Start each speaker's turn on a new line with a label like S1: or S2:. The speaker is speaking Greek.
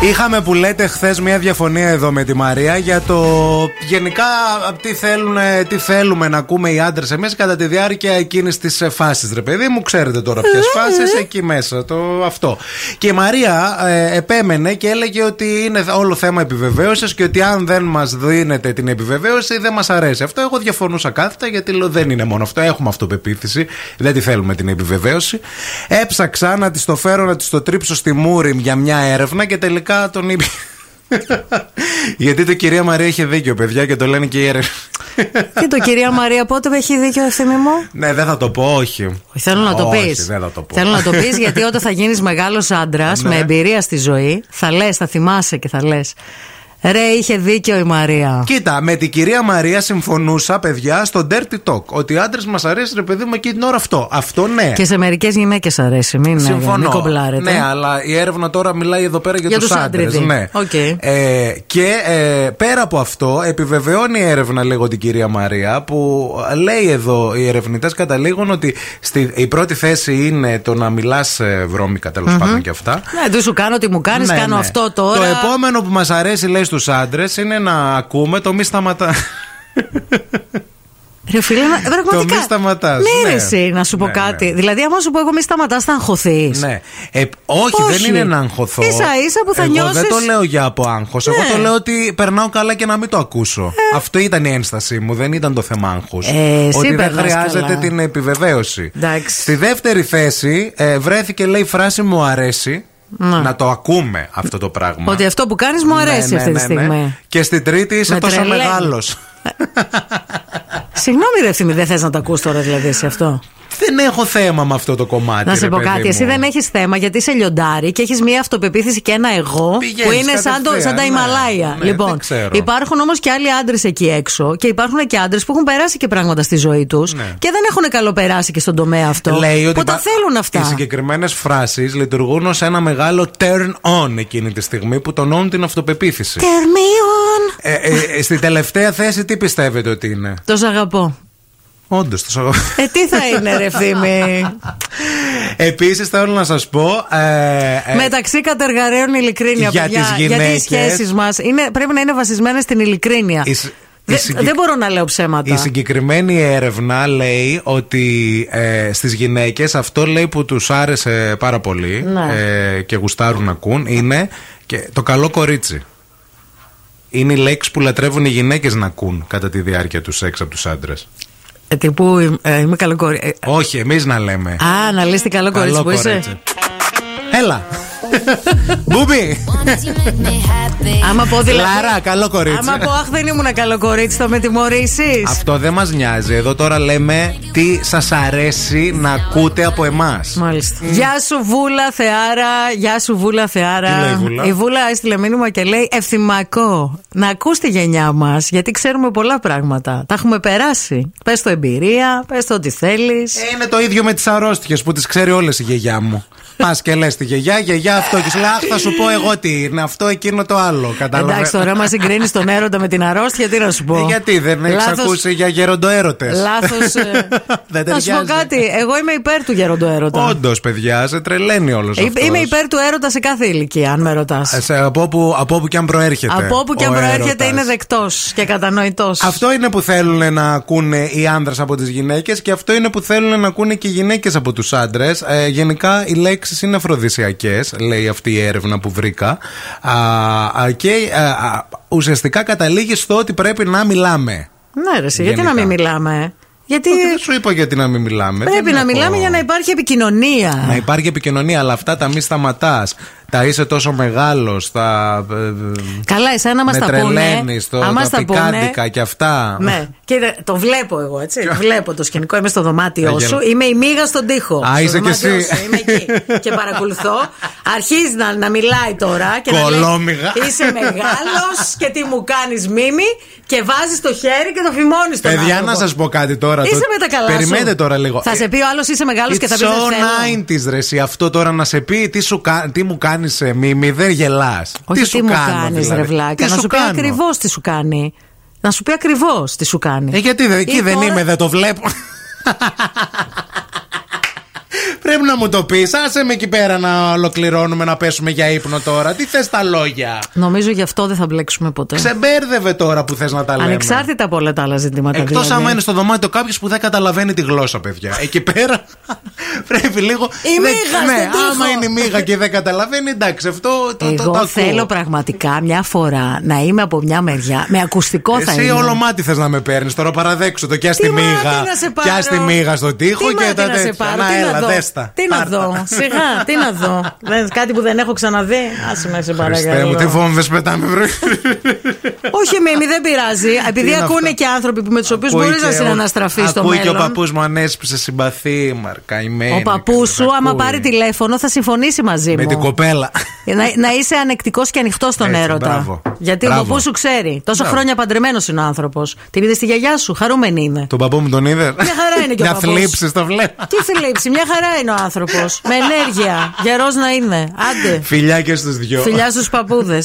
S1: Είχαμε που λέτε χθες μια διαφωνία εδώ με τη Μαρία για το γενικά τι, θέλουν, τι θέλουμε να ακούμε οι άντρες εμείς κατά τη διάρκεια εκείνης της φάσης. Ρε παιδί μου, ξέρετε τώρα ποιες φάσεις εκεί μέσα το αυτό. Και η Μαρία ε, επέμενε και έλεγε ότι είναι όλο θέμα επιβεβαίωσης και ότι αν δεν μας δίνετε την επιβεβαίωση δεν μας αρέσει. Αυτό εγώ διαφωνούσα κάθετα γιατί λέω δεν είναι μόνο αυτό. Έχουμε αυτοπεποίθηση, δεν τη θέλουμε την επιβεβαίωση. Έψαξα να της το φέρω να της το τρίψω στη μούρη για μια έρευνα και τελικά τον ήπια. Γιατί το κυρία Μαρία έχει δίκιο, παιδιά, και το λένε και οι έρευνες.
S2: Τι το κυρία Μαρία, πότε έχει δίκιο ευθύνη μου.
S1: Ναι, δεν θα το πω, όχι.
S2: Θέλω να το πεις.
S1: δεν θα το πω. Ναι.
S2: Θέλω να το πεις γιατί όταν θα γίνεις μεγάλος άντρας με εμπειρία στη ζωή, θα λες, θα θυμάσαι και θα λες. Ρε, είχε δίκιο η Μαρία.
S1: Κοίτα, με την κυρία Μαρία συμφωνούσα, παιδιά, στο Dirty Talk. Ότι οι άντρε μας αρέσει, ρε παιδί μου, εκεί την ώρα αυτό. Αυτό ναι.
S2: Και σε μερικές γυναίκες αρέσει, μην Ναι, μην
S1: Συμφωνώ.
S2: κομπλάρετε.
S1: ναι, αλλά η έρευνα τώρα μιλάει εδώ πέρα για,
S2: Για
S1: τους
S2: τους
S1: άντρες,
S2: άντριδι.
S1: Ναι.
S2: Οκ.
S1: Ε, και ε, πέρα από αυτό, επιβεβαιώνει η έρευνα λίγο την κυρία Μαρία, που λέει εδώ οι ερευνητές καταλήγουν ότι στη, η πρώτη θέση είναι το να μιλάς βρώμικα τέλος πάντων και αυτά.
S2: Ναι, δεν σου κάνω τι μου κάνεις,
S1: Ναι,
S2: κάνω
S1: ναι.
S2: αυτό τώρα.
S1: Το επόμενο που μας αρέσει λέει στους άντρες είναι να ακούμε το μη σταματά.
S2: Ρε φίλε, να- πραγματικά.
S1: μη σταματάς,
S2: Ναι,
S1: ναι.
S2: ρε, εσύ, να σου πω
S1: Ναι,
S2: κάτι.
S1: ναι.
S2: Δηλαδή, άμα σου πω εγώ μη σταματάς, θα αγχωθείς.
S1: ναι. Ε, όχι,
S2: Όχι.
S1: δεν είναι να αγχωθώ.
S2: Ίσα-ίσα που θα
S1: Εγώ
S2: νιώσεις-
S1: Δεν το λέω για από άγχος Εγώ
S2: Ναι.
S1: το λέω ότι περνάω καλά και να μην το ακούσω. Αυτό ήταν η ένστασή μου. Δεν ήταν το θέμα άγχους.
S2: Ε, εσύ
S1: ότι δεν
S2: περνάς
S1: χρειάζεται
S2: καλά.
S1: την επιβεβαίωση.
S2: Εντάξει.
S1: Στη δεύτερη θέση ε, βρέθηκε λέει η φράση μου αρέσει.
S2: Να.
S1: Να το ακούμε αυτό το πράγμα.
S2: Ότι αυτό που κάνεις μου
S1: Ναι,
S2: αρέσει
S1: ναι,
S2: αυτή τη
S1: ναι, ναι.
S2: στιγμή.
S1: Και στην τρίτη είσαι
S2: Με
S1: τόσο
S2: τρελαίνει.
S1: μεγάλος
S2: Συγγνώμη, ρε Ευθύμη, δεν θες να το ακούς τώρα δηλαδή σε αυτό.
S1: Δεν έχω θέμα με αυτό το κομμάτι.
S2: Να σε
S1: ρε
S2: πω
S1: παιδί
S2: κάτι.
S1: μου.
S2: Εσύ δεν έχεις θέμα γιατί είσαι λιοντάρι και έχεις μία αυτοπεποίθηση και ένα εγώ
S1: Πηγαίνεις
S2: που είναι σαν, το,
S1: κατευθείαν,
S2: σαν τα
S1: ναι.
S2: Ιμαλάια.
S1: Ναι,
S2: λοιπόν,
S1: δεν ξέρω.
S2: υπάρχουν όμως και άλλοι άντρες εκεί έξω και υπάρχουν και άντρες που έχουν περάσει και πράγματα στη ζωή τους
S1: Ναι.
S2: και δεν έχουν καλοπεράσει και στον τομέα αυτό.
S1: Λέει ότι
S2: που τα
S1: πα-
S2: θέλουν αυτά.
S1: Οι συγκεκριμένες φράσεις λειτουργούν ως ένα μεγάλο turn on εκείνη τη στιγμή που τονώνουν την αυτοπεποίθηση.
S2: Τερμίων!
S1: ε, ε, ε, στη τελευταία θέση τι πιστεύετε ότι είναι.
S2: Τος σ' αγαπώ.
S1: Όντως, τος σαγώ.
S2: Ε, τι θα είναι, ρε Ευθύμη.
S1: Επίσης θέλω να σας πω. Ε, ε,
S2: Μεταξύ κατεργαρέων ειλικρίνεια,
S1: για
S2: παιδιά.
S1: τις
S2: Γιατί οι
S1: γυναίκες-
S2: σχέσεις μας πρέπει να είναι βασισμένες στην ειλικρίνεια.
S1: Η σ- η
S2: Δε-
S1: συγκεκ-
S2: Δεν μπορώ να λέω ψέματα.
S1: Η συγκεκριμένη έρευνα λέει ότι ε, στις γυναίκες αυτό λέει που τους άρεσε πάρα πολύ
S2: Ναι.
S1: ε, και γουστάρουν να ακούν είναι και το καλό κορίτσι. Είναι η λέξη που λατρεύουν οι γυναίκες να ακούν κατά τη διάρκεια του σεξ από τους άντρες.
S2: Ε, τύπου ε, είμαι καλό κορί. ε,
S1: Όχι, εμείς να λέμε.
S2: Α, να λες τι καλό κορίτσι που είσαι.
S1: Έλα. Μπούμπι.
S2: Άμα πω δηλαδή.
S1: Λαρά, καλό κορίτσι.
S2: Άμα πω, Αχ, δεν ήμουν καλό κορίτσι, θα με τιμωρήσεις.
S1: Αυτό δεν μας νοιάζει. Εδώ τώρα λέμε τι σας αρέσει να ακούτε από εμάς.
S2: Μάλιστα. Γεια σου, Βούλα Θεάρα. Γεια σου, Βούλα Θεάρα.
S1: Τι λέει η Βούλα?
S2: Η Βούλα έστειλε μήνυμα και λέει Ευθυμακό. Να ακούς τη γενιά μας, γιατί ξέρουμε πολλά πράγματα. Τα έχουμε περάσει. Πες το εμπειρία, πες το ό,τι θέλεις.
S1: Ε, Είναι το ίδιο με τις αρρώστιες που τις ξέρει όλες η γιαγιά μου. Πας και λες τη γιαγιά, γιαγιά αυτό. Και σου λέει, Αχ, θα σου πω εγώ τι είναι, αυτό, εκείνο το άλλο. Κατάλαβε.
S2: Εντάξει, τώρα μας συγκρίνεις τον έρωτα με την αρρώστια, τι να σου πω.
S1: Ε, Γιατί δεν έχεις
S2: Λάθος-
S1: ακούσει για γεροντοέρωτε.
S2: Λάθο.
S1: δεν
S2: Θα σου πω
S1: ταιριάζει.
S2: κάτι. Εγώ είμαι υπέρ του γεροντοέρωτα.
S1: Όντως, παιδιά, σε τρελαίνει όλος
S2: Ε,
S1: αυτός.
S2: Είμαι υπέρ του έρωτα σε κάθε ηλικία, αν με ρωτάς.
S1: από, όπου, από όπου και αν προέρχεται.
S2: Από όπου και αν
S1: ο
S2: προέρχεται
S1: έρωτας.
S2: είναι δεκτός και κατανοητός.
S1: Αυτό είναι που θέλουν να ακούνε οι άνδρες από τις γυναίκες και αυτό είναι που θέλουν να ακούνε και οι γυναίκες από τους άντρες. Ε, γενικά οι λέξεις είναι αφροδισιακές, λέει αυτή η έρευνα που βρήκα. Α, α, και α, α, ουσιαστικά καταλήγει στο ότι πρέπει να μιλάμε.
S2: Ναι, ρε, εσύ, γιατί να
S1: Γενικά.
S2: μην μιλάμε. ε? Γιατί
S1: Όχι, δεν σου είπα γιατί να μην μιλάμε.
S2: πρέπει
S1: Δεν
S2: να
S1: έχω- Ναι.
S2: μιλάμε για να υπάρχει επικοινωνία.
S1: Να υπάρχει επικοινωνία, αλλά αυτά τα μη σταματάς. Τα είσαι τόσο μεγάλος, τα. ε, ε,
S2: Καλά, εσένα μας
S1: με
S2: τα πούνε.
S1: τρελαίνεις, το-
S2: άμα
S1: τα
S2: στα πούνε.
S1: πικάντικα και αυτά.
S2: Ναι, και το βλέπω εγώ, έτσι. βλέπω το σκηνικό. Είμαι στο δωμάτιό
S1: Ε,
S2: σου.
S1: γελ-
S2: Είμαι η μίγα στον τοίχο.
S1: Α,
S2: Στο
S1: είσαι κι
S2: δωμάτιό
S1: εσύ.
S2: σου, Είμαι εκεί και παρακολουθώ. Αρχίζει να, να μιλάει τώρα και να λέει,
S1: Κολόμυγα.
S2: Είσαι μεγάλος και τι μου κάνεις μίμη και βάζεις το χέρι και το φημώνεις στον
S1: Παιδιά, να
S2: άνθρωπο.
S1: σας πω κάτι τώρα.
S2: Είσαι
S1: Το-
S2: με τα καλά.
S1: Περιμένετε
S2: σου.
S1: τώρα λίγο.
S2: Θα σε πει ο άλλος είσαι μεγάλος και θα πεις.
S1: It's so 90s, ρε, εσύ, αυτό τώρα να σε πει τι, σου, κα- τι μου κάνεις μίμη, δεν γελάς.
S2: Όχι, τι,
S1: σου
S2: μου
S1: κάνω,
S2: κάνεις,
S1: δηλαδή.
S2: ρε βλάκα.
S1: Τι
S2: Να σου πει
S1: κάνω.
S2: ακριβώς τι σου κάνει. Να σου πει ακριβώς τι σου κάνει. Λοιπόν.
S1: Ε, γιατί δεν, εκεί
S2: Ή
S1: δεν
S2: τώρα-
S1: είμαι, δεν το βλέπω. Πρέπει να μου το πεις. Άσε με εκεί πέρα να ολοκληρώνουμε, να πέσουμε για ύπνο τώρα. Τι θες τα λόγια.
S2: Νομίζω γι' αυτό δεν θα μπλέξουμε ποτέ.
S1: Ξεμπέρδευε τώρα που θες να τα λέμε.
S2: Ανεξάρτητα από όλα τα άλλα ζητήματα.
S1: Εκτός
S2: δηλαδή.
S1: άμα είναι στο δωμάτιο κάποιος που δεν καταλαβαίνει τη γλώσσα, παιδιά. Εκεί πέρα πρέπει λίγο.
S2: Η
S1: Δεν-
S2: μύγα
S1: ναι,
S2: στον τοίχο.
S1: άμα είναι η μύγα και δεν καταλαβαίνει, εντάξει, αυτό το, το, το
S2: Εγώ
S1: ακούω.
S2: θέλω πραγματικά μια φορά να είμαι από μια μεριά. Με ακουστικό θα
S1: Εσύ
S2: είμαι.
S1: όλο μάτι θες να με παίρνεις τώρα, παραδέξω το. Κι ας
S2: Τι
S1: τη
S2: μάτι
S1: μύγα.
S2: να σε
S1: Κι ας τη
S2: πάρω.
S1: μύγα στον τοίχο
S2: Τι
S1: και
S2: μάτι
S1: τα
S2: να σε
S1: τέτοια.
S2: πάρω,
S1: Να
S2: τι
S1: έλα,
S2: δω,
S1: δέστα.
S2: Τι να
S1: Πάρ' τα.
S2: δω, σιγά, τι να δω. Δεν- Κάτι που δεν έχω ξαναδεί. Άσε με σε
S1: Χριστέ μου, τι
S2: παρακαλώ.
S1: βόμβες πετάμε, βρε.
S2: Όχι, Μίμη, δεν πειράζει. Επειδή
S1: είναι αυτά.
S2: ακούνε και άνθρωποι που- με τους οποίου
S1: Ακούει
S2: μπορείς
S1: και
S2: να
S1: ο-
S2: συναναστραφείς στο
S1: Ακούει
S2: μέλλον.
S1: και ο παππούς μου ανέσπισε συμπαθή, μαρκαϊμένη.
S2: Ο παππούς σου,
S1: Ακούει.
S2: άμα πάρει τηλέφωνο, θα συμφωνήσει μαζί
S1: Με
S2: μου.
S1: την κοπέλα.
S2: Να, να είσαι ανεκτικός και ανοιχτός στον
S1: Έτσι,
S2: έρωτα.
S1: μπράβο.
S2: Γιατί
S1: Μπράβο.
S2: ο παππούς σου ξέρει. Τόσα
S1: Μπράβο.
S2: χρόνια παντρεμένος είναι ο άνθρωπος. Την είδες στη γιαγιά σου, χαρούμενη είναι.
S1: Τον παππού μου τον είδε.
S2: Μια χαρά είναι και ο
S1: Να
S2: παππούς.
S1: θλίψει το βλέμμα.
S2: Τι θλίψη, μια χαρά είναι ο άνθρωπος. Με ενέργεια. Γερός να είναι. Άντε.
S1: Φιλιά και στους δυο.
S2: Φιλιά στους παππούδες.